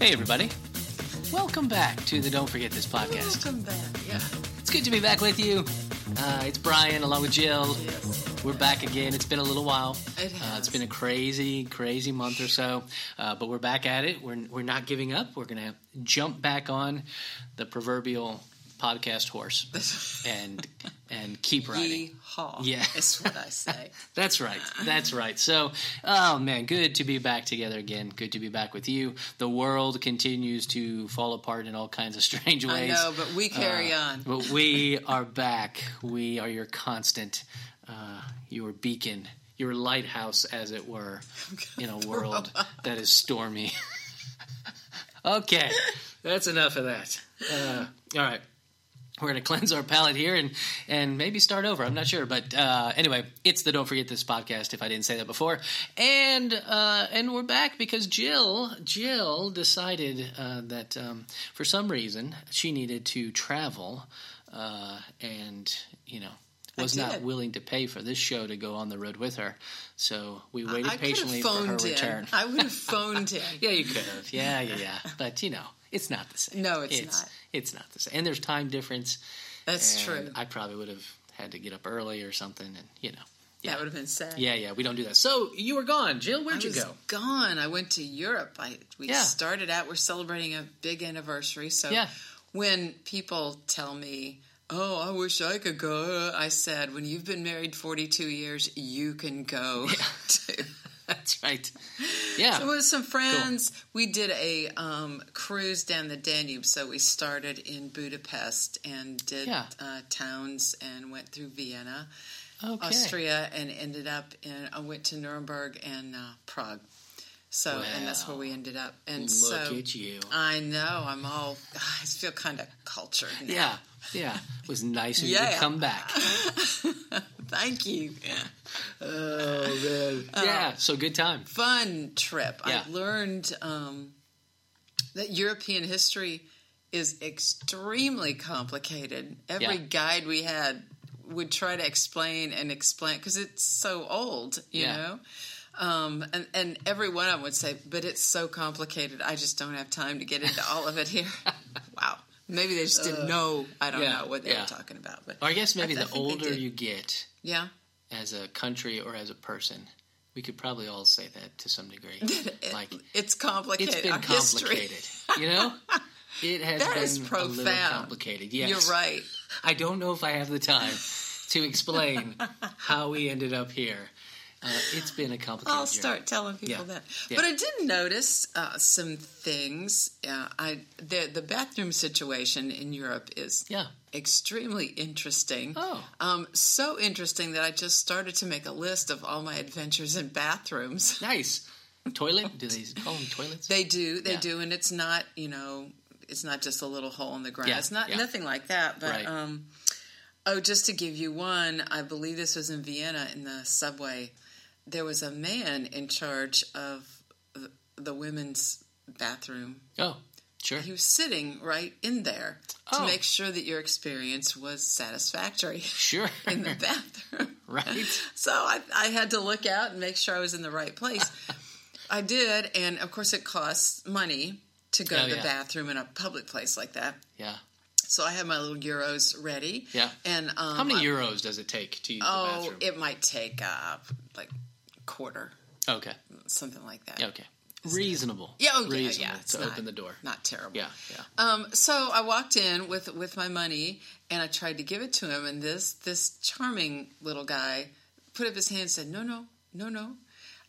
Hey, everybody. Welcome back to the Don't Forget This podcast. Welcome back. Yeah. It's good to be back with you. Uh, it's Brian along with Jill. Yes. We're back again. It's been a little while. It Uh, Oh, it's has. been a crazy, crazy month or so, uh, but we're back at it. We're, we're not giving up. We're going to jump back on the proverbial podcast horse and and keep riding. Yeehaw. Yeah. Is what I say. That's right. That's right. So, oh man, good to be back together again. Good to be back with you. The world continues to fall apart in all kinds of strange I ways. know, but we Uh, carry on. But we are back. We are your constant, uh, your beacon, your lighthouse, as it were, in a world that is stormy. okay, that's enough of that. Uh, all right. We're going to cleanse our palate here and, and maybe start over. I'm not sure. But uh, anyway, it's the Don't Forget This podcast, if I didn't say that before. And uh, and we're back because Jill Jill decided uh, that um, for some reason she needed to travel uh, and, you know, I was not did. willing to pay for this show to go on the road with her. So we waited I could have patiently for her phoned in. return. I would have phoned in. Yeah, you could have. Yeah, yeah, yeah. But you know, it's not the same. No, it's not. It's not the same. And there's time difference. That's and true. I probably would have had to get up early or something, and you know. That would have been sad. Yeah, yeah. We don't do that. So you were gone, Jill. I Where'd you was go? gone. I went to Europe. I we Yeah. started out. We're celebrating a big anniversary. So Yeah. when people tell me, "Oh, I wish I could go," I said, "When you've been married forty-two years, you can go." too." That's right. Yeah. So with some friends, we did a um, cruise down the Danube. So we started in Budapest and did Yeah. uh, towns and went through Vienna, okay. Austria, and ended up in. I went to Nuremberg and uh, Prague. So and that's where we ended up. And Look so at you. I know I'm all. I feel kind of cultured. Now. Yeah, yeah. It was nice of you to Yeah. come back. Thank you. Oh man. yeah. So good time. fun trip. Yeah. I learned um, that European history is extremely complicated. Every Yeah. guide we had would try to explain and explain because it's so old, you Yeah. know. Um, and, and every one of them would say, but it's so complicated. I just don't have time to get into all of it here. wow. Maybe they just didn't know. I don't Uh, yeah, know what they yeah. were talking about, but Or I guess maybe I the think they older did. you get yeah, as a country or as a person, we could probably all say that to some degree. like it's complicated. it's been Our history- complicated. You know, it has That been is a little profound. complicated. Yes, You're right. I don't know if I have the time to explain how we ended up here. Uh, it's been a complicated. I'll journey. start telling people Yeah. that. Yeah. But I did notice uh, some things. Uh, I the the bathroom situation in Europe is Yeah. extremely interesting. Oh. um, so interesting that I just started to make a list of all my adventures in bathrooms. Nice toilet. Do they call them toilets? They do, they Yeah. do, and it's not you know, it's not just a little hole in the ground. Yeah, It's not yeah. nothing like that. But Right. um, oh, just to give you one, I believe this was in Vienna in the subway. There was a man in charge of the- the women's bathroom. Oh, sure. He was sitting right in there to Oh. make sure that your experience was satisfactory Sure. in the bathroom. right. So I, I had to look out and make sure I was in the right place. I did, and of course, it costs money to go Oh, to the yeah. bathroom in a public place like that. Yeah. So I had my little euros ready. Yeah. And um, How many I- euros does it take to use Oh, the bathroom? it might take uh, like quarter, okay. something like that. Okay. Reasonable. Yeah, oh, yeah, Reasonable yeah, it's to not- open the door. Not terrible. Yeah. Yeah. Um, so I walked in with with my money and I tried to give it to him and this this charming little guy put up his hand and said, No, no, no, no.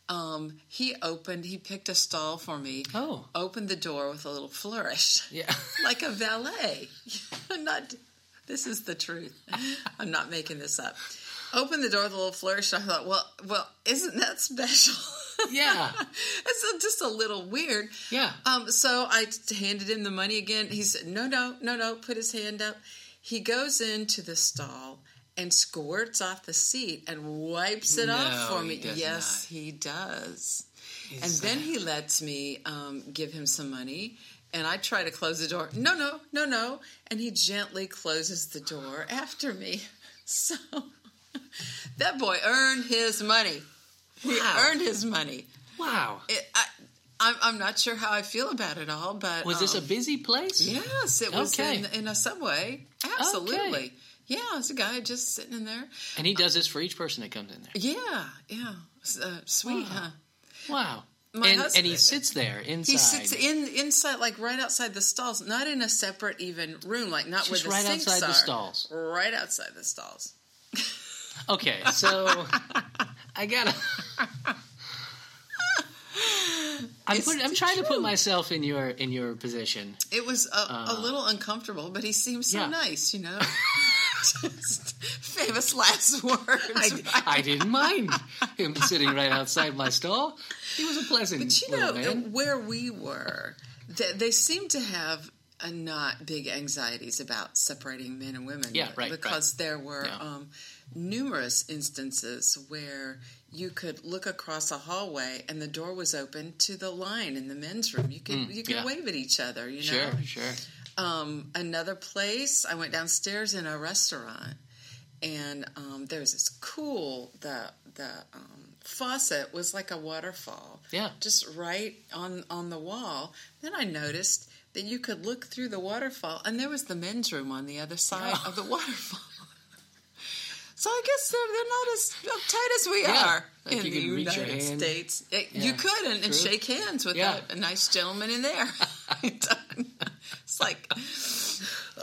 Um, he opened he picked a stall for me, Oh. opened the door with a little flourish. Yeah. Like a valet. I'm not this is the truth. I'm not making this up. Opened the door with a little flourish and I thought, Well well, isn't that special? Yeah. it's just a little weird. Yeah. Um, so I t- handed him the money again. He said, "No, no, no, no." Put his hand up. He goes into the stall and squirts off the seat and wipes it off No, for me. he does yes, he does. and He's- then he lets me um, give him some money. And I try to close the door. No, no, no, no. And he gently closes the door after me. So that boy earned his money. He Wow. earned his money Wow. it, I, I'm, I'm not sure how I feel about it all, but Was this a um, busy place? yes? It was Okay. in, in a subway. Absolutely. Yeah, it's a guy just sitting in there. And he does this for each person that comes in there. Yeah, yeah. S- Uh, sweet, Wow. huh? Wow. My and, and he husband- sits there inside. He sits in inside, like right outside the stalls, not in a separate even room, like not where Just the right sinks outside the are. stalls. Right outside the stalls. Okay, so I gotta. I'm, It's put, I'm the trying to put truth. myself in your in your position. It was a, a little uncomfortable, but he seemed so Uh. yeah. nice, you know. Just famous last words. I, I didn't mind him sitting right outside my stall. He was a pleasant But you know little man. where we were, they, they seem to have a not big anxieties about separating men and women. Yeah, right, Because there were Yeah. um, numerous instances where you could look across a hallway and the door was open to the line in the men's room. You could you could Mm, yeah. wave at each other. You know. Sure, sure. Um, another place, I went downstairs in a restaurant, and um, there was this cool the the um, faucet was like a waterfall. Yeah. just right on on the wall. Then I noticed that you could look through the waterfall, and there was the men's room on the other side of the Oh. waterfall. So I guess they're, they're not as uptight as we Yeah, are like in you the could reach your United hand. States. It- Yeah, you could and, and true. shake hands with Yeah. a, a nice gentleman in there. it's like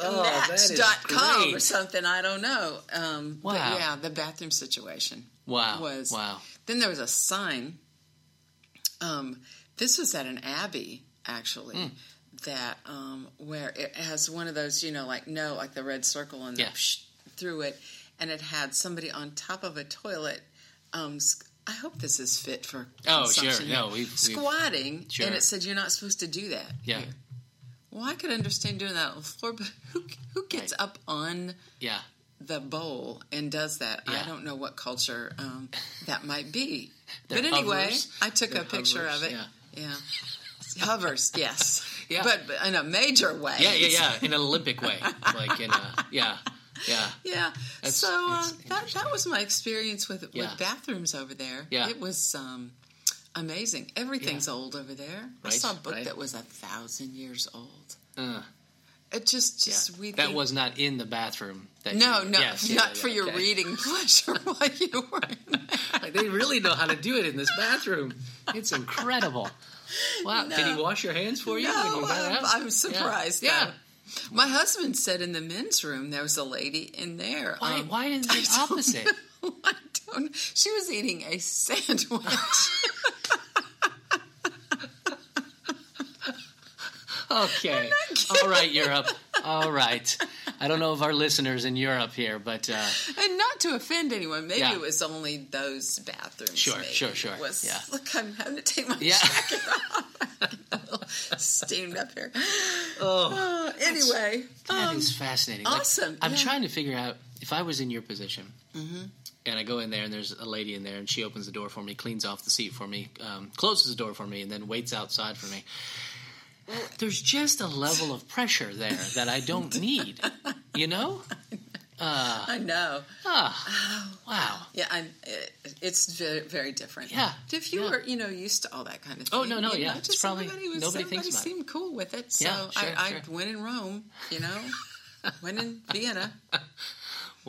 Oh, that is match.com or great. something. I don't know. Um, but Wow. yeah, the bathroom situation. Wow, was- wow. Then there was a sign. Um, this was at an abbey, actually, Hmm. that um, where it has one of those, you know, like no, like the red circle and Yeah. the psh, through it, and it had somebody on top of a toilet. Um, sc- I hope this is fit for Oh, sure. consumption. No, we've- we've- squatting, Sure. and it said you're not supposed to do that. Yeah. here." Well, I could understand doing that on the floor, but who who gets up on Yeah, the bowl and does that. I Yeah. don't know what culture um, that might be. They're but anyway, hovers. I took They're a picture hovers, of it. yeah. Yeah. Hovers, yes. Yeah. But, but in a major way. yeah, yeah, yeah. In an Olympic way, like in a yeah, yeah. Yeah. That's- so uh, that's that, that was my experience with, Yeah. with bathrooms over there. Yeah. It was um, amazing. Everything's old over there. I Right, saw a book right. that was a thousand years old. Uh, It just, yeah. just we that think- was not in the bathroom. That no, you, no, Yes, yeah, not yeah, for your okay. reading pleasure while you were in there. Like they really know how to do it in this bathroom. It's incredible. Wow! Did he No. wash your hands for you? when No, you got I'm, out? I'm surprised. Yeah. Yeah. My husband said in the men's room there was a lady in there. Why? um, why is I it don't opposite? know. I don't. She was eating a sandwich. Okay. All right, Europe. All right. I don't know of our listeners in Europe here, but uh, and not to offend anyone, maybe Yeah. it was only those bathrooms. Sure, maybe. sure, sure. Was, Yeah. Look, I'm having to take my yeah. steamed up here. oh, Uh, anyway, that um, is fascinating. Like, awesome, I'm yeah. Mm-hmm. trying to figure out if I was in your position. And I go in there, and there's a lady in there, and she opens the door for me, cleans off the seat for me, um, closes the door for me, and then waits outside for me. There's just a level of pressure there that I don't need, you know? I know. Ah, wow. Yeah, I'm, it, it's very, very different. Yeah, But if you yeah. were, you know, used to all that kind of thing. Oh, no, no, you yeah, know, it's just probably- everybody was, nobody everybody thinks about it. seemed cool with it. So Yeah, sure, I, sure. I went in Rome, you know, went in Vienna. It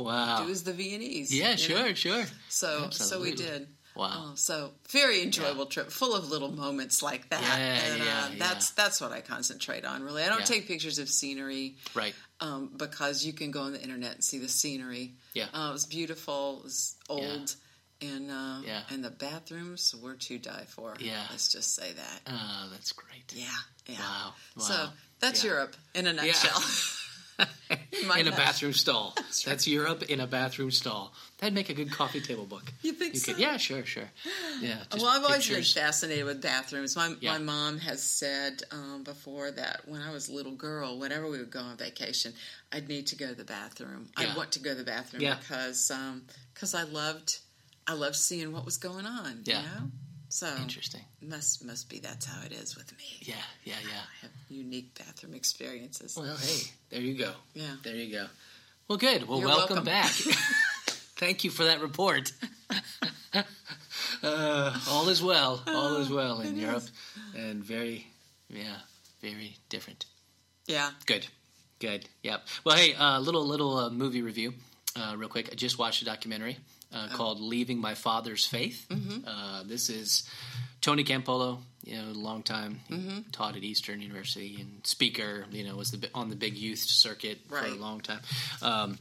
Wow. was the Viennese. Yeah, you know? sure, sure. So, Absolutely. so we did. Wow. Oh, so very enjoyable trip, full of little moments like that. Yeah, and uh, yeah, that's that's what I concentrate on. Really, I don't Yeah. take pictures of scenery Right. um, because you can go on the internet and see the scenery. Yeah. uh, it was beautiful. It was old, and uh, Yeah. and the bathrooms were to die for. Yeah. let's just say that. Ah, that's great. Yeah, yeah. Wow. wow. So that's Yeah. Europe in a nutshell. my in a nutshell. bathroom stall. That's, That's right. Europe in a bathroom stall. That'd make a good coffee table book. you think You so? could, yeah, sure, sure. Yeah. just Well, I've always pictures. been fascinated with bathrooms. My Yeah. my mom has said um, before that when I was a little girl, whenever we would go on vacation, I'd need to go to the bathroom. Yeah. I'd want to go to the bathroom Yeah. because because I loved I loved seeing what was going on. Yeah. You know? So Interesting. must must be that's how it is with me. Yeah, yeah, yeah. I have unique bathroom experiences. Well, hey, there you go. yeah. There you go. Well, good. Well, You're welcome, welcome. back. Thank you for that report. uh, all is well. All is well in Europe, and very, yeah, very different. Yeah. Good, good. Yep. Well, hey, uh, little little uh, movie review, uh, real quick. I just watched a documentary uh, called "Leaving My Father's Faith." Uh, this is Tony Campolo. You know, long time he taught at Eastern University and speaker. You know, was the bi- on the big youth circuit for Right. a long time. Um,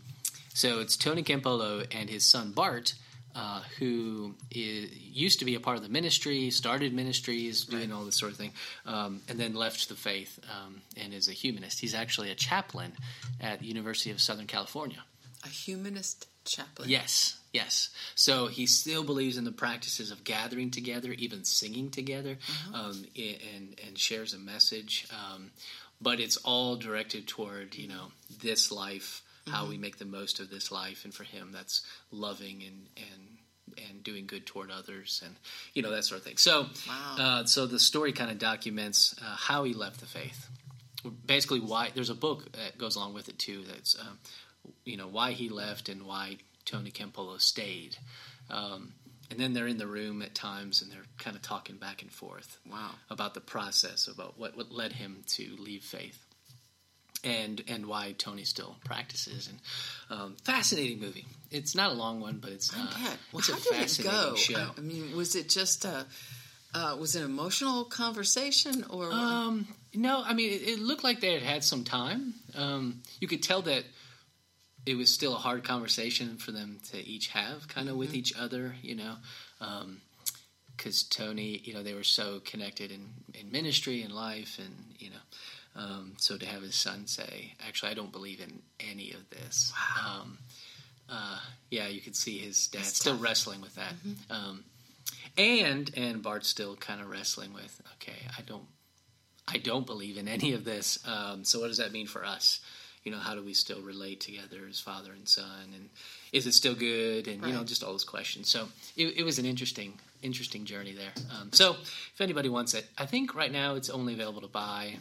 so it's Tony Campolo and his son Bart, uh, who is, used to be a part of the ministry, started ministries, doing all this sort of thing, um, and then left the faith um, and is a humanist. He's actually a chaplain at the University of Southern California. A humanist chaplain. Yes, yes. So he still believes in the practices of gathering together, even singing together, um, i- and and shares a message. Um, but it's all directed toward you know this life, how we make the most of this life, and for him that's loving and and and doing good toward others, and you know that sort of thing. So, Wow. uh, so the story kind of documents uh, how he left the faith basically why there's a book that goes along with it too that's um, you know why he left and why tony campolo stayed um, and then they're in the room at times and they're kind of talking back and forth Wow. about the process about what, what led him to leave faith and and why tony still practices and um, fascinating movie it's not a long one but it's uh, Yeah. it's How a did it fascinating go? show I, I mean, was it just a uh, was it an emotional conversation or Um, no, I mean it, it looked like they had had some time. Um, you could tell that it was still a hard conversation for them to each have, kind of with each other, you know. Because Tony, you know, they were so connected in, in ministry and life, and you know, um, so to have his son say, "Actually, I don't believe in any of this." Wow. Um, uh, yeah, you could see his dad still wrestling with that. Um, and and Bart's still kind of wrestling with, okay, I don't I don't believe in any of this. Um, so what does that mean for us? You know, how do we still relate together as father and son? And is it still good? And you know, Right. just all those questions. So it, it was an interesting, interesting journey there. Um, so if anybody wants it, I think right now it's only available to buy,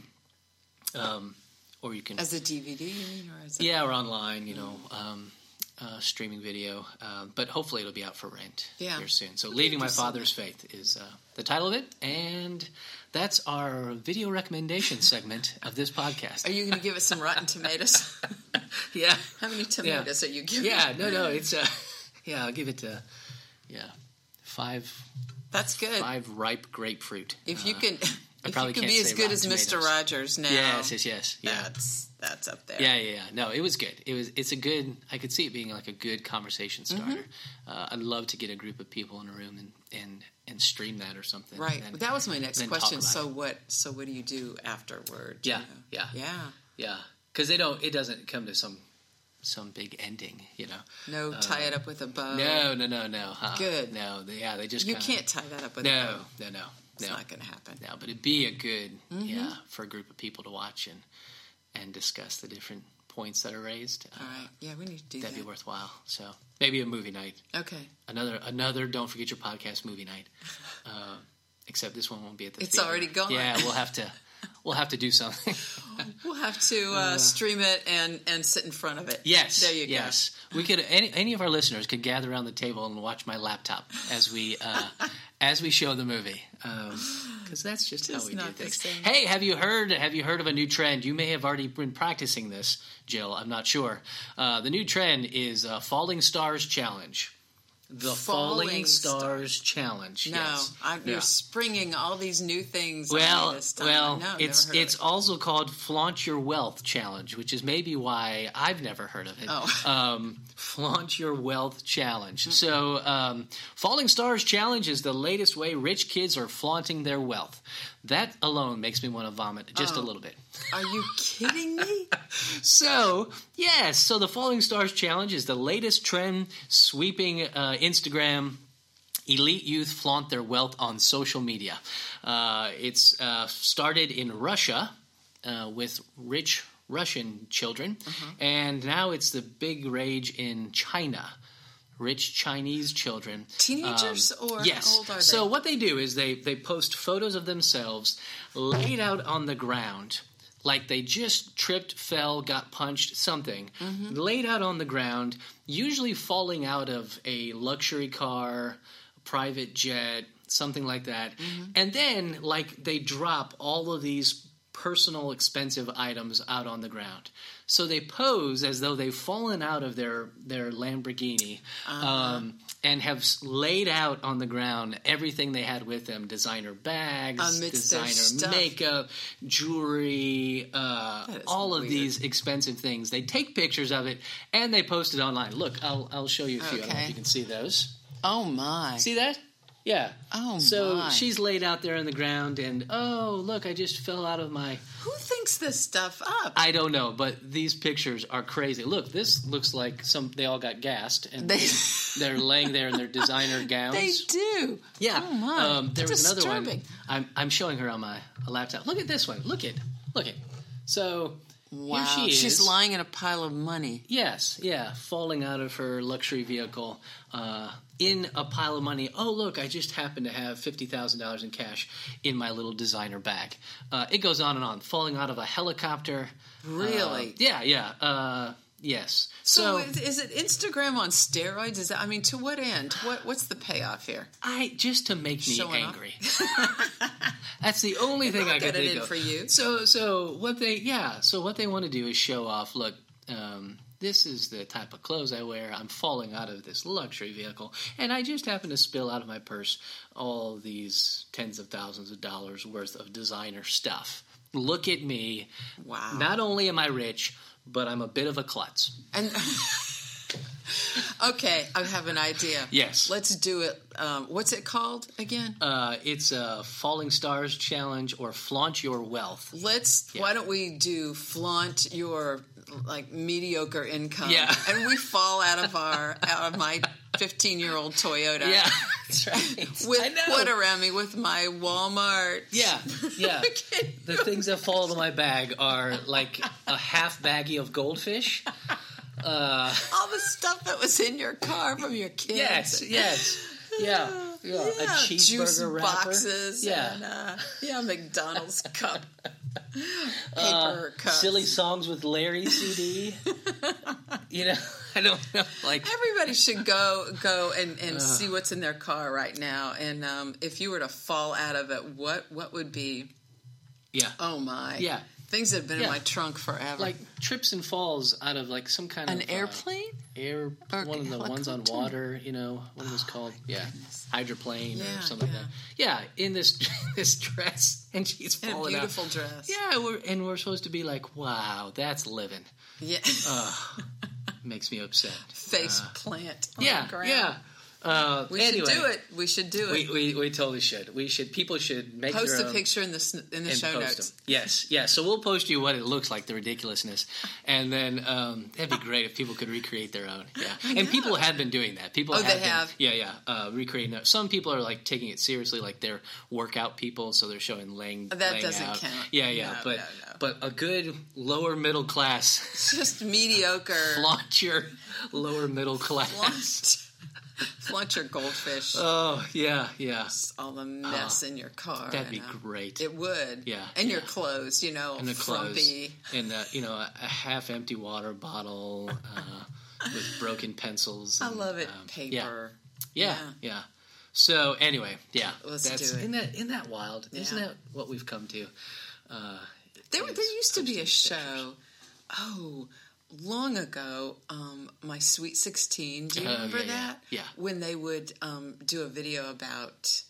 um, or you can as a DVD? You mean, or as a, yeah, or online. You know. Um, uh, streaming video, um, but hopefully it'll be out for rent Yeah. here soon. So, "Leaving My interesting. Father's Faith" is uh, the title of it, and that's our video recommendation segment of this podcast. Are you going to give us some Rotten Tomatoes? yeah, How many tomatoes are you giving? yeah, no, no, it's uh, yeah, I'll give it uh, yeah, five that's good. five ripe grapefruit. If you Uh, can, if probably you can can't be as say good Rotten as Mr. Tomatoes. Rogers now, yes, yes, yes, yeah. that's that's up there. Yeah, yeah, yeah. No, it was good. It was. It's a good. I could see it being like a good conversation Mm-hmm. starter. Uh, I'd love to get a group of people in a room and and and stream that or something. Right. And then- that was my next then talk question. about So what? So what do you do afterward? Yeah, you know? yeah. yeah. yeah, because they don't. It doesn't come to some some big ending. You know. No, tie it up with a bow. Uh, No, no, no, no. huh? Oh. Good. No. They, yeah, they just. you kinda- can't tie that up with a bow. No, no, no, It's no. not Mm-hmm. going to happen. No, but it'd be a good yeah for a group of people to watch and and discuss the different points that are raised. Uh, All right. Yeah, we need to do That'd be that. worthwhile. So maybe a movie night. okay. another another don't forget your podcast movie night uh, except this one won't be at the It's theater. already gone. yeah we'll have to we'll have to do something We'll have to uh, stream it and and sit in front of it. yes There you go. yes we could any, any of our listeners could gather around the table and watch my laptop as we uh, as we show the movie because that's just, how Just we do not the things same. hey have you heard have you heard of a new trend you may have already been practicing this jill i'm not sure uh, the new trend is uh, falling stars challenge the falling, Falling Star- stars, challenge No, yes. I, Yeah. you're springing all these new things. on me Well, this time. well, no, I've it's never heard it's of it. also called flaunt your wealth challenge, which is maybe why I've never heard of it. Oh. Hmm. Um, flaunt your wealth challenge. So, um, falling stars challenge is the latest way rich kids are flaunting their wealth. That alone makes me want to vomit just Oh. a little bit. Are you kidding me? Um, So, yes, so the Falling Stars Challenge is the latest trend sweeping uh, Instagram. Elite youth flaunt their wealth on social media. Uh, it's uh, started in Russia uh, with rich Russian children, and now it's the big rage in China. Rich Chinese children Teenagers or how yes. old are they? So what they do is they they post photos of themselves laid out on the ground, like they just tripped, fell, got punched, something, Mm-hmm. laid out on the ground, usually falling out of a luxury car, private jet, something like that. Mm-hmm. And then, like, they drop all of these personal expensive items out on the ground. So they pose as though they've fallen out of their their Lamborghini Uh-huh. um, and have s- laid out on the ground everything they had with them: designer bags, Amidst their designer stuff. makeup, jewelry, uh, That is all of weird. these expensive things. They take pictures of it and they post it online. Look, I'll I'll show you a few. I don't know Okay. if you can see those. Oh my. See that? Yeah. Oh So my. she's laid out there on the ground, and oh look, I just fell out of my. Who thinks this stuff up? I don't know, but these pictures are crazy. Look, this looks like some. They all got gassed, and They- they're laying there in their designer gowns. they do. yeah. Oh my. Um, there was another one. Disturbing. I'm I'm showing her on my laptop. Look at this one. Look it. Look it. So Wow. here she is. She's lying in a pile of money. Yes, yeah, falling out of her luxury vehicle uh, in a pile of money. Oh, look, I just happen to have $50,000 in cash in my little designer bag. Uh, it goes on and on. Falling out of a helicopter. Really? Uh, yeah, yeah. Uh, yes. So, So, is, is it Instagram on steroids? Is that, I mean, to what end? What what's the payoff here? I just to make me Showing off. angry. That's the only thing I'll I can get it think in of. for you. So, so what they yeah, so what they want to do is show off. Look, um, this is the type of clothes I wear. I'm falling out of this luxury vehicle, and I just happen to spill out of my purse all these tens of thousands of dollars worth of designer stuff. Look at me. Wow. Not only am I rich, but I'm a bit of a klutz. And okay, I have an idea. Yes. Let's do it. Um, what's it called again? Uh, it's a Falling Stars challenge or flaunt your wealth. Let's. Why don't we do flaunt your like mediocre income? Yeah. And we fall out of our out of my fifteen year old Toyota. Yeah, that's right. I With know. what around me? With my Walmart. Yeah, yeah. Okay. The things that fall into my bag are like a half baggie of goldfish. All the stuff that was in your car from your kids. Yes, yes, yeah, yeah. a Yeah, cheeseburger juice wrapper. boxes. yeah. and, uh, yeah, McDonald's cup, paper Uh, cup. silly songs with Larry CD. you know, I don't know. Like, Everybody should go go and, and see what's in their car right now. And um, if you were to fall out of it, what what would be? yeah, Oh my! Yeah. things that have been Yeah. in my trunk forever. Oh like trips and falls out of like some kind an of uh, airplane. air Or one of the ones on helicopter. water, you know, what was called yeah, hydroplane Yeah, or something like that. Yeah, in this this dress, and she's In a falling out. beautiful dress. Yeah, we're, and we're supposed to be like, wow, that's living. Yeah. Makes me upset. Face plant. On yeah, the ground. yeah. Uh, Oh, We anyway, should do it. We should do it. We, we we totally should. We should. People should make post their a own picture in the sn- in the and show post notes. them. Yes, yes. So we'll post you what it looks like, the ridiculousness, and then um, that'd be great if people could recreate their own. Yeah, and people have been doing that. People Oh, have they been- have? Yeah, yeah. Uh, recreating that. Some people are like taking it seriously, like they're workout people, so they're showing laying. That laying doesn't out. count. Yeah, yeah. No, but no, no. but a good lower middle class Just mediocre. flaunt your lower middle class. Flaunt, flaunt your goldfish. Oh yeah, yeah. all the mess in your car. uh, That'd be and, uh, great. It would. Yeah, And your clothes, you know, and the clothes frumpy. and uh, you know a, a half empty water bottle uh, with broken pencils I and, love it. um, Paper. yeah yeah, Yeah. yeah. so anyway yeah Let's do it. isn't that isn't that wild isn't Yeah. that what we've come to uh, There, Yes, there used to be a posting show. pictures. Oh, long ago, um, my Sweet Sixteen. Do you Oh, remember yeah, yeah, that? yeah. When they would um, do a video about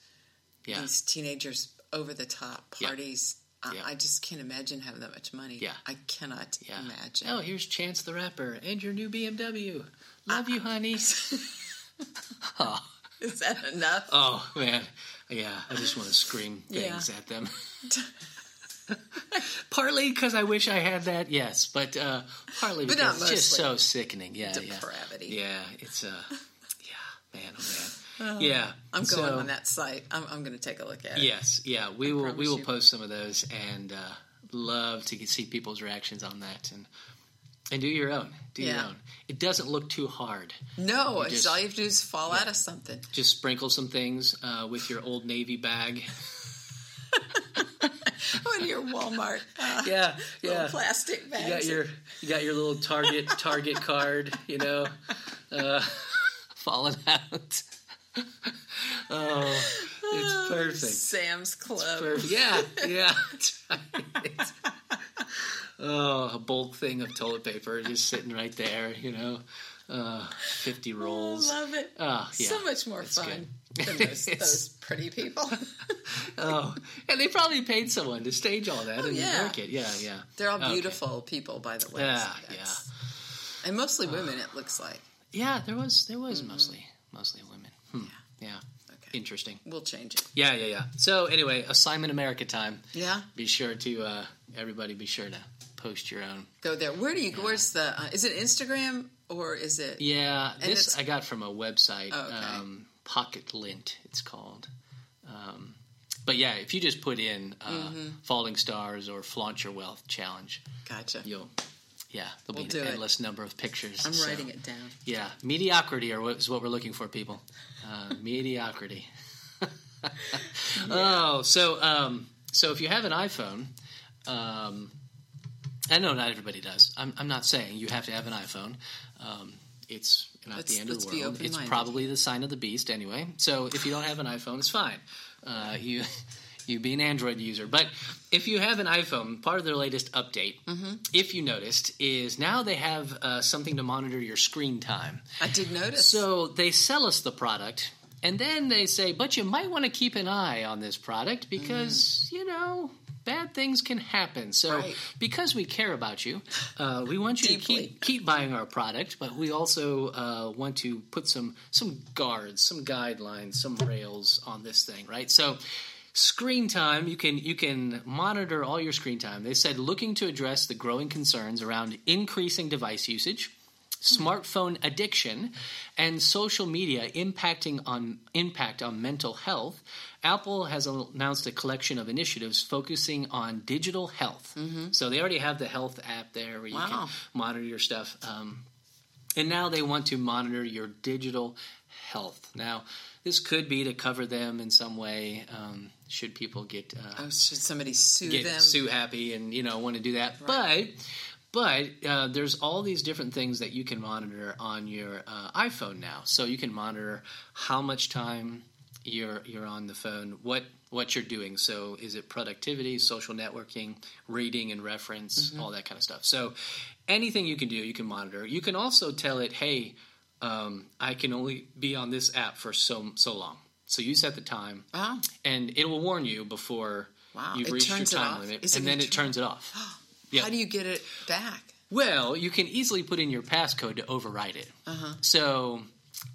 yeah these teenagers over the top Yeah. parties. I, Yeah. I just can't imagine having that much money. Yeah. I cannot yeah imagine. oh here's Chance the Rapper and your new BMW love you honey oh, Is that enough? oh man yeah I just want to scream Yeah. things at them. Partly because I wish I had that, yes, but uh, partly But because it's not just mostly. so sickening. Yeah, yeah. Depravity. Yeah, it's uh yeah, man, oh man. yeah. Uh, I'm going so, on that site. I'm, I'm going to take a look at it. Yes, yeah. We will we promise will you. post some of those and uh love to get- see people's reactions on that and and do your own. Do your Yeah. own. It doesn't look too hard. No, it's just- all you have to do is fall out of something. Just sprinkle some things uh, with your old navy bag. When you're Oh, Walmart, uh, Yeah, little plastic bags. You got your you got your little target target card, you know, uh, falling out. Oh, it's perfect. Sam's Club. Perfect. Yeah, yeah. That's right. oh, a bulk thing of toilet paper just sitting right there, you know. Uh, 50 rolls. I love it. Oh, yeah. So much more It's fun than those, those pretty people. Oh, and they probably paid someone to stage all that and yeah. work it. Oh, Yeah, yeah. They're all Okay. beautiful people, by the way. Yeah, Uh, that's- And mostly women, it looks like. Yeah, there was there was mostly mostly women. Hmm. Mm-hmm. Yeah. Okay. Interesting. We'll change it. Yeah, yeah, yeah. So anyway, assignment America time. Yeah, Be sure to uh, everybody. Be sure to post your own. go there. Where do you? Where's the? Uh, is it Instagram or is it? Yeah, this it's- I got from a website. Oh, okay. um, Pocket Lint, it's called. Um, but yeah, if you just put in uh, Mm-hmm. falling stars or flaunt your wealth challenge, Gotcha. you'll yeah, there'll We'll be do an it. endless number of pictures. I'm so- writing it down. Yeah, mediocrity are what, is what we're looking for, people. Uh, mediocrity. Oh, so um, so if you have an iPhone, um, I know not everybody does. I'm, I'm not saying you have to have an iPhone. Um, it's not Let's- the end of let's the be world. It's open-minded. probably the sign of the beast anyway. So if you don't have an iPhone, it's fine. Uh, you you be an Android user, but if you have an iPhone, part of their latest update, Mm-hmm. if you noticed, is now they have uh, something to monitor your screen time. I did notice. So they sell us the product, and then they say, but you might want to keep an eye on this product because, you know, bad things can happen. So Mm. Right. because we care about you, uh, we want you to Deeply. keep, keep buying our product, but we also uh, want to put some, some guards, some guidelines, some rails on this thing, right? So screen time you can you can monitor all your screen time they said looking to address the growing concerns around increasing device usage smartphone addiction and social media impacting on impact on mental health apple has announced a collection of initiatives focusing on digital health so they already have the health app there where you Wow. can monitor your stuff um, and now they want to monitor your digital health now this could be to cover them in some way um, should people get uh, oh, should somebody sue get them? Sue happy and you know want to do that. But but uh, there's all these different things that you can monitor on your uh, iPhone now. So you can monitor how much time you're you're on the phone, what what you're doing. So is it productivity, social networking, reading and reference, all that kind of stuff. So anything you can do, you can monitor. You can also tell it, hey. Um, I can only be on this app for so so long. So you set the time, Wow. and it will warn you before Wow, you've it reached your turns it time off? limit, Is it and then gonna it turn- turns it off. Yeah. How do you get it back? Well, you can easily put in your passcode to override it. So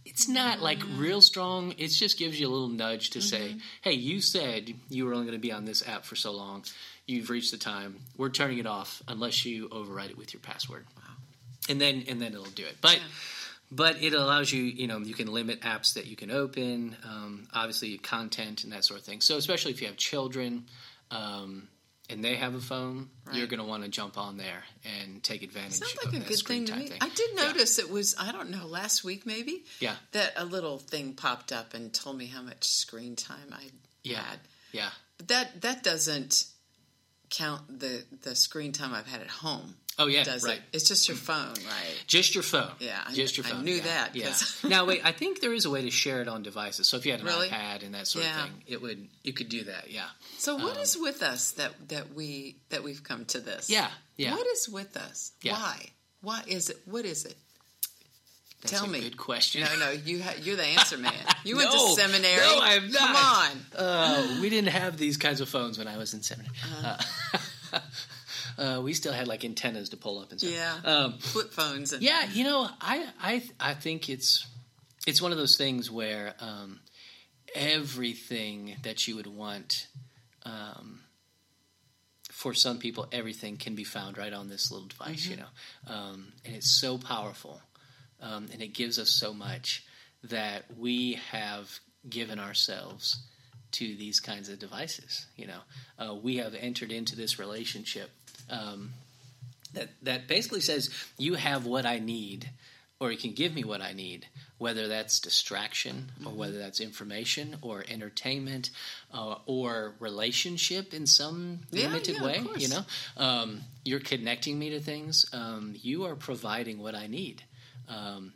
it's not like real strong. It just gives you a little nudge to Mm-hmm. say, "Hey, you said you were only going to be on this app for so long. You've reached the time. We're turning it off unless you override it with your password." Wow. And then and then it'll do it. But but it allows you, you know, you can limit apps that you can open, um, obviously content and that sort of thing. So especially if you have children um, and they have a phone, you're Right. going to want to jump on there and take advantage Sounds of like a that good screen thing to time me. thing. I did Yeah. notice it was, I don't know, last week maybe? Yeah. That a little thing popped up and told me how much screen time I Yeah. had. Yeah. But that that doesn't count the, the screen time I've had at home, Oh yeah, does right. it? It's just your phone, right? Just your phone. Yeah, I- just your I phone. knew yeah, that, Yeah. 'cause- now wait, I think there is a way to share it on devices. So if you had an Really? iPad and that sort Yeah. of thing, it would you could do that. Yeah. So Um, what is with us that that we that we've come to this? Yeah. Yeah. What is with us? Yeah. Why? Why is it? What is it? That's tell a me. Good question. No, no, you ha- you're the answer man. You went No, to seminary. no, I have Come not. on. Uh, we didn't have these kinds of phones when I was in seminary. Uh, uh, we still had like antennas to pull up and stuff. Uh-huh. Yeah. Um, Flip phones and yeah. You know, I I I think it's it's one of those things where um, everything that you would want. Um, for some people, everything can be found right on this little device, you know, um, and it's so powerful, um, and it gives us so much that we have given ourselves to these kinds of devices. You know, uh, we have entered into this relationship um, that that basically says you have what I need, or you can give me what I need. Whether that's distraction, or Mm-hmm. whether that's information, or entertainment, uh, or relationship in some Yeah, limited yeah, of way, course. you know, um, you're connecting me to things. Um, you are providing what I need. Um,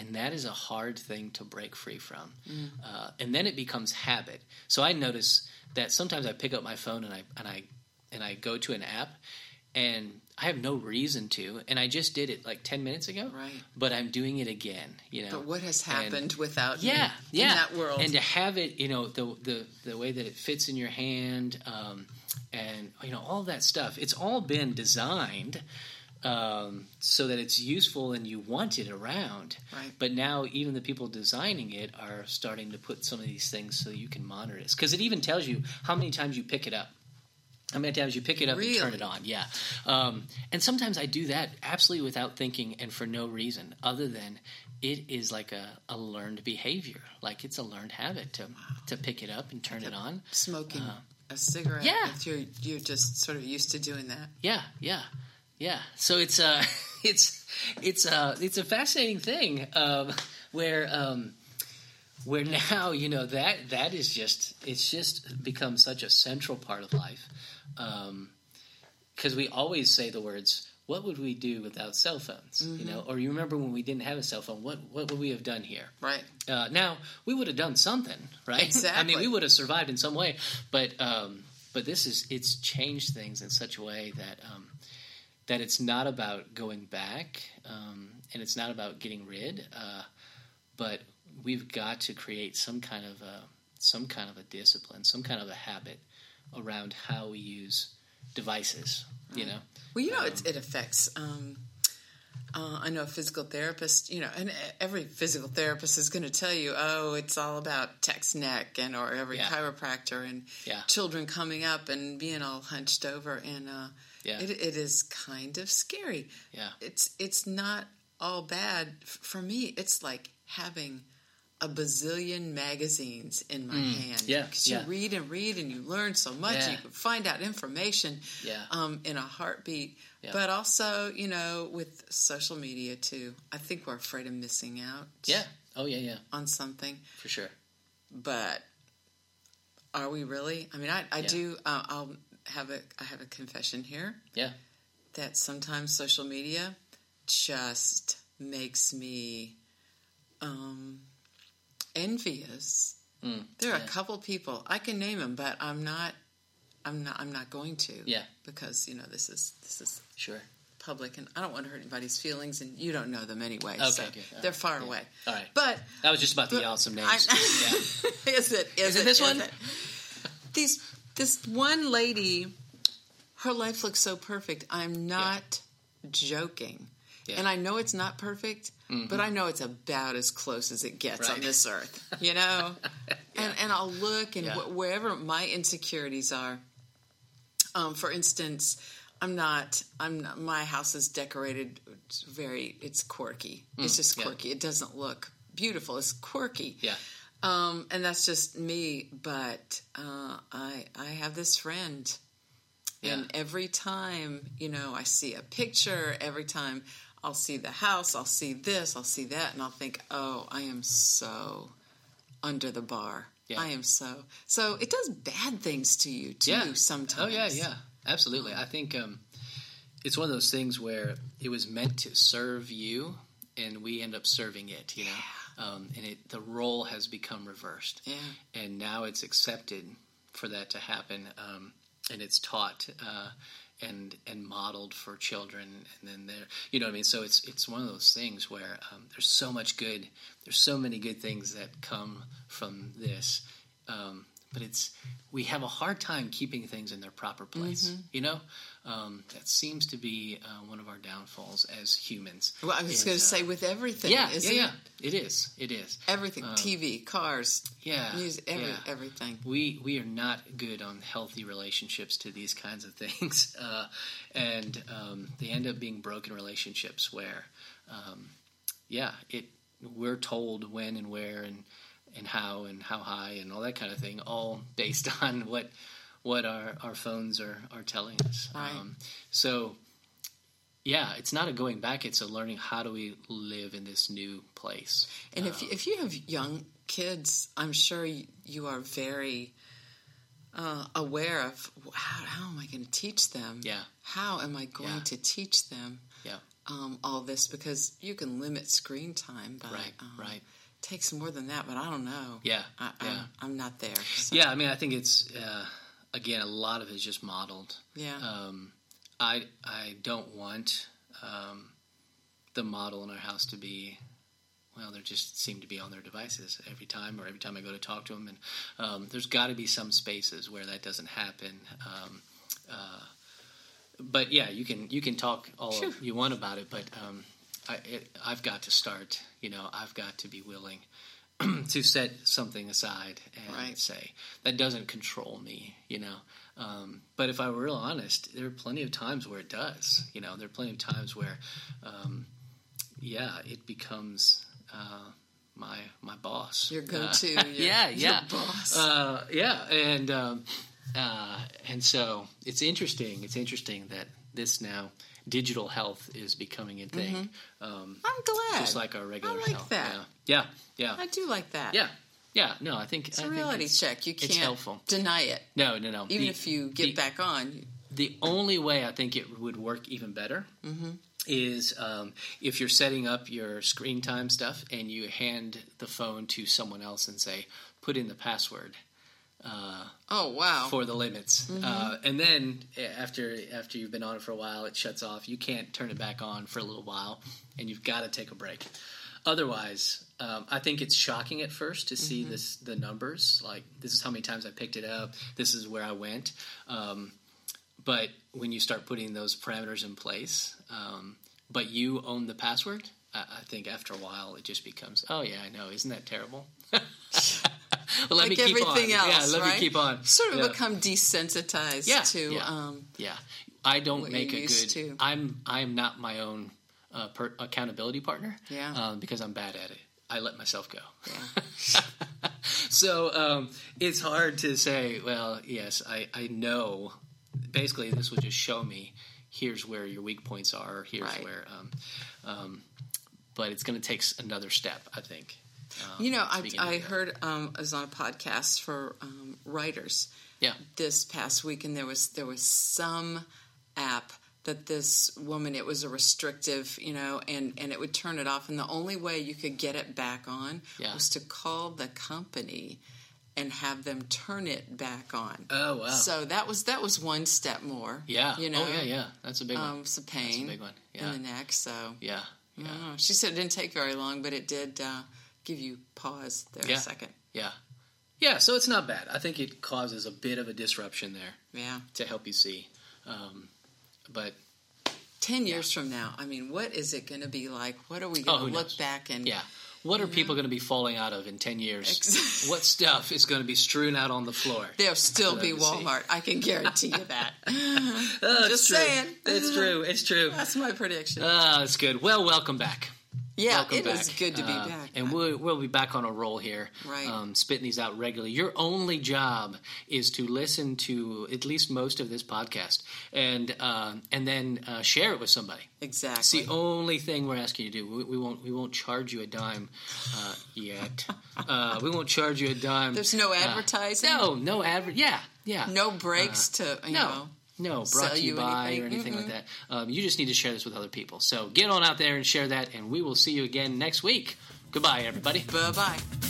And that is a hard thing to break free from. Mm. Uh, and then it becomes habit. So I notice that sometimes I pick up my phone and I and I and I go to an app and I have no reason to and I just did it like 10 minutes ago. Right. But I'm doing it again, you know. But what has happened without you Yeah, yeah. in that world? and uh, to have it, you know, the the the way that it fits in your hand, um, and you know, all that stuff. It's all been designed um, so that it's useful and you want it around. Right. But now, even the people designing it are starting to put some of these things so you can monitor it, because it even tells you how many times you pick it up. How many times you pick it up and turn Really? it on? Yeah, um, and sometimes I do that absolutely without thinking and for no reason other than it is like a, a learned behavior. Like it's a learned habit to to pick it up and turn it on. Smoking a cigarette. uh, yeah. If you're, you're just sort of used to doing that. Yeah, yeah, yeah. So it's uh, it's it's uh, it's a fascinating thing um, where um, where now you know that that is just it's just become such a central part of life because we always say the words. What would we do without cell phones? You know, or you remember when we didn't have a cell phone? What what would we have done here? Right. Uh, now we would have done something, right? I Exactly. mean, we would have survived in some way, but um, but this is it's changed things in such a way that um, that it's not about going back, um, and it's not about getting rid, uh, but we've got to create some kind of a, some kind of a discipline, some kind of a habit around how we use devices. You know, Well, you know, it's, it affects. Um, uh, I know a physical therapist, you know, and every physical therapist is going to tell you, oh, it's all about text neck, and or every Yeah. chiropractor, and Yeah. children coming up and being all hunched over, and uh, Yeah. it, it is kind of scary. yeah, It's it's not all bad F- for me. It's like having a bazillion magazines in my hand. Mm. Yeah, because you yeah. read and read and you learn so much. Yeah. You can find out information Yeah. um, in a heartbeat. Yeah. But also, you know, with social media too, I think we're afraid of missing out yeah. Oh yeah, yeah, on something. for sure. But are we really? I mean, I, I Yeah. do. Uh, I'll have a I have a confession here Yeah, that sometimes social media just makes me um, envious. Mm, there are yeah. a couple people I can name them, but I'm not. I'm not. I'm not going to. Yeah. because you know this is this is sure. public, and I don't want to hurt anybody's feelings, and you don't know them anyway. Okay, so good. All they're right, far yeah. away. All right. But I was just about to but yell out some names. I- Yeah. is it? Is, it this one? it? These this one lady, her life looks so perfect. I'm not joking, Yeah. Mm-hmm. and I know it's not perfect, but I know it's about as close as it gets on Right. this earth. You know, and and I'll look and Yeah. wh- wherever my insecurities are. Um, for instance, I'm not. I'm not, my house is decorated it's very. It's quirky. it's just Mm, yeah. quirky. It doesn't look beautiful. It's quirky. Yeah. Um, and that's just me, but uh, I I have this friend, Yeah. and every time you know I see a picture, every time I'll see the house, I'll see this, I'll see that, and I'll think, oh, I am so under the bar. Yeah. I am so so. It does bad things to you too Yeah. sometimes. Oh yeah, yeah, absolutely. I think um, it's one of those things where it was meant to serve you, and we end up serving it. You know, um, and it the role has become reversed, Yeah. and now it's accepted for that to happen, um, and it's taught. Uh, and, and modeled for children, and then there, you know what I mean. So it's it's one of those things where um, there's so much good, there's so many good things that come from this, um, but it's we have a hard time keeping things in their proper place. Mm-hmm. You know, um, that seems to be uh, one of our downfalls as humans. Well, I was is, going uh, to say with everything, yeah, yeah, isn't yeah. It it? is. It is. Everything, TV, cars, Yeah, music, every, yeah. everything. We we are not good on healthy relationships to these kinds of things, uh, and um, they end up being broken relationships where, um, yeah, it we're told when and where and and how and how high and all that kind of thing, all based on what what our, our phones are are telling us. Um, Right. so yeah, it's not a going back; it's a learning how do we live in this new place. And Um, if if you have young kids, I'm sure you, you are very uh, aware of how, how am I going to teach them? Yeah. How am I going Yeah. to teach them? Yeah. um, all this because you can limit screen time. But, Right, um, right. Takes more than that, but I don't know. Yeah, I, yeah. I'm, I'm not there. so- Yeah, I mean, I think it's uh, again a lot of it is just modeled. yeah. Um, I I don't want um, the model in our house to be. Well, they just seem to be on their devices every time, or every time I go to talk to them. And um, there's got to be some spaces where that doesn't happen. Um, uh, but yeah, you can you can talk all Phew. you want about it, but um, I, it, I've got to start. You know, I've got to be willing to set something aside and Right. say that doesn't control me. You know, um, but if I were real honest, there are plenty of times where it does. You know, there are plenty of times where, um, yeah, it becomes uh, my my boss. Your Uh, go-to, your- yeah, your yeah, boss. Uh, yeah, and um, uh, and so it's interesting. It's interesting that this now digital health is becoming a thing, um, I'm glad. just like our regular. Mm-hmm. like health. that. Yeah, yeah, yeah, I do like that. yeah. yeah. No, I think It's I a think reality it's- check. You can't helpful. deny it. No, no, no. Even The- if you get the- back on, you- the only way I think it would work even better is um, if you're setting up your screen time stuff and you hand the phone to someone else and say, "Put in the password." Uh, oh, wow. Mm-hmm. for the limits. Uh, and then eh, after after you've been on it for a while, it shuts off. You can't turn it back on for a little while, and you've got to take a break. Otherwise, um, I think it's shocking at first to see Mm-hmm. this the numbers. Like this is how many times I picked it up. This is where I went. Um, but when you start putting those parameters in place, um, but you own the password, I, I think after a while it just becomes, oh yeah, I know, isn't that terrible? well, let Like everything on. else, yeah, let right? me keep on. Sort of yeah. become desensitized Yeah, to. yeah. Um, Yeah, I don't what make you're a used good. to. I'm I'm not my own uh, per, accountability partner. Yeah. um, because I'm bad at it. I let myself go. yeah. So um, it's hard to say. Well, yes, I I know. Basically, this will just show me here's where your weak points are. Here's Right. where. Um, um, but it's going to take s- another step, I think. Um, You know, to I, begin to I go. heard um, I was on a podcast for um, writers Yeah. this past week, and there was there was some app that this woman it was a restrictive, you know, and and it would turn it off, and the only way you could get it back on Yeah. was to call the company and have them turn it back on. Oh wow. So that was that was one step more. yeah. you know, Oh yeah, yeah. That's a big Um, one. it's a That's a pain big one. in Yeah. the neck. So Yeah. I Yeah. don't know. She said it didn't take very long, but it did uh, give you pause there Yeah. a second. Yeah. Yeah, so it's not bad. I think it causes a bit of a disruption there Yeah. to help you see. Um, but 10 years from now, I mean, what is it going to be like? What are we going Oh, who to look knows? back and. yeah, what are people going to be falling out of in 10 years? Ex- what stuff is going to be strewn out on the floor? There'll still For be them to see. Walmart. I can guarantee you that. Oh, it's just true. saying. It's true. It's true. That's my prediction. Ah, it's good. Well, welcome back. yeah, Welcome it back. is good to be Uh, back. And we'll, we'll be back on a roll here. Right. Um, spitting these out regularly. Your only job is to listen to at least most of this podcast and, uh, and then uh, share it with somebody. It's exactly. the only thing we're asking you to do. We, we won't. We won't charge you a dime uh, yet. Uh, we won't charge you a dime. There's no uh, advertising, no, no adver- Yeah, yeah. no breaks to, you no, know. no. Brought sell to you, you by anything. or anything like that. Um, you just need to share this with other people. So get on out there and share that, and we will see you again next week. Goodbye, everybody. Bye bye.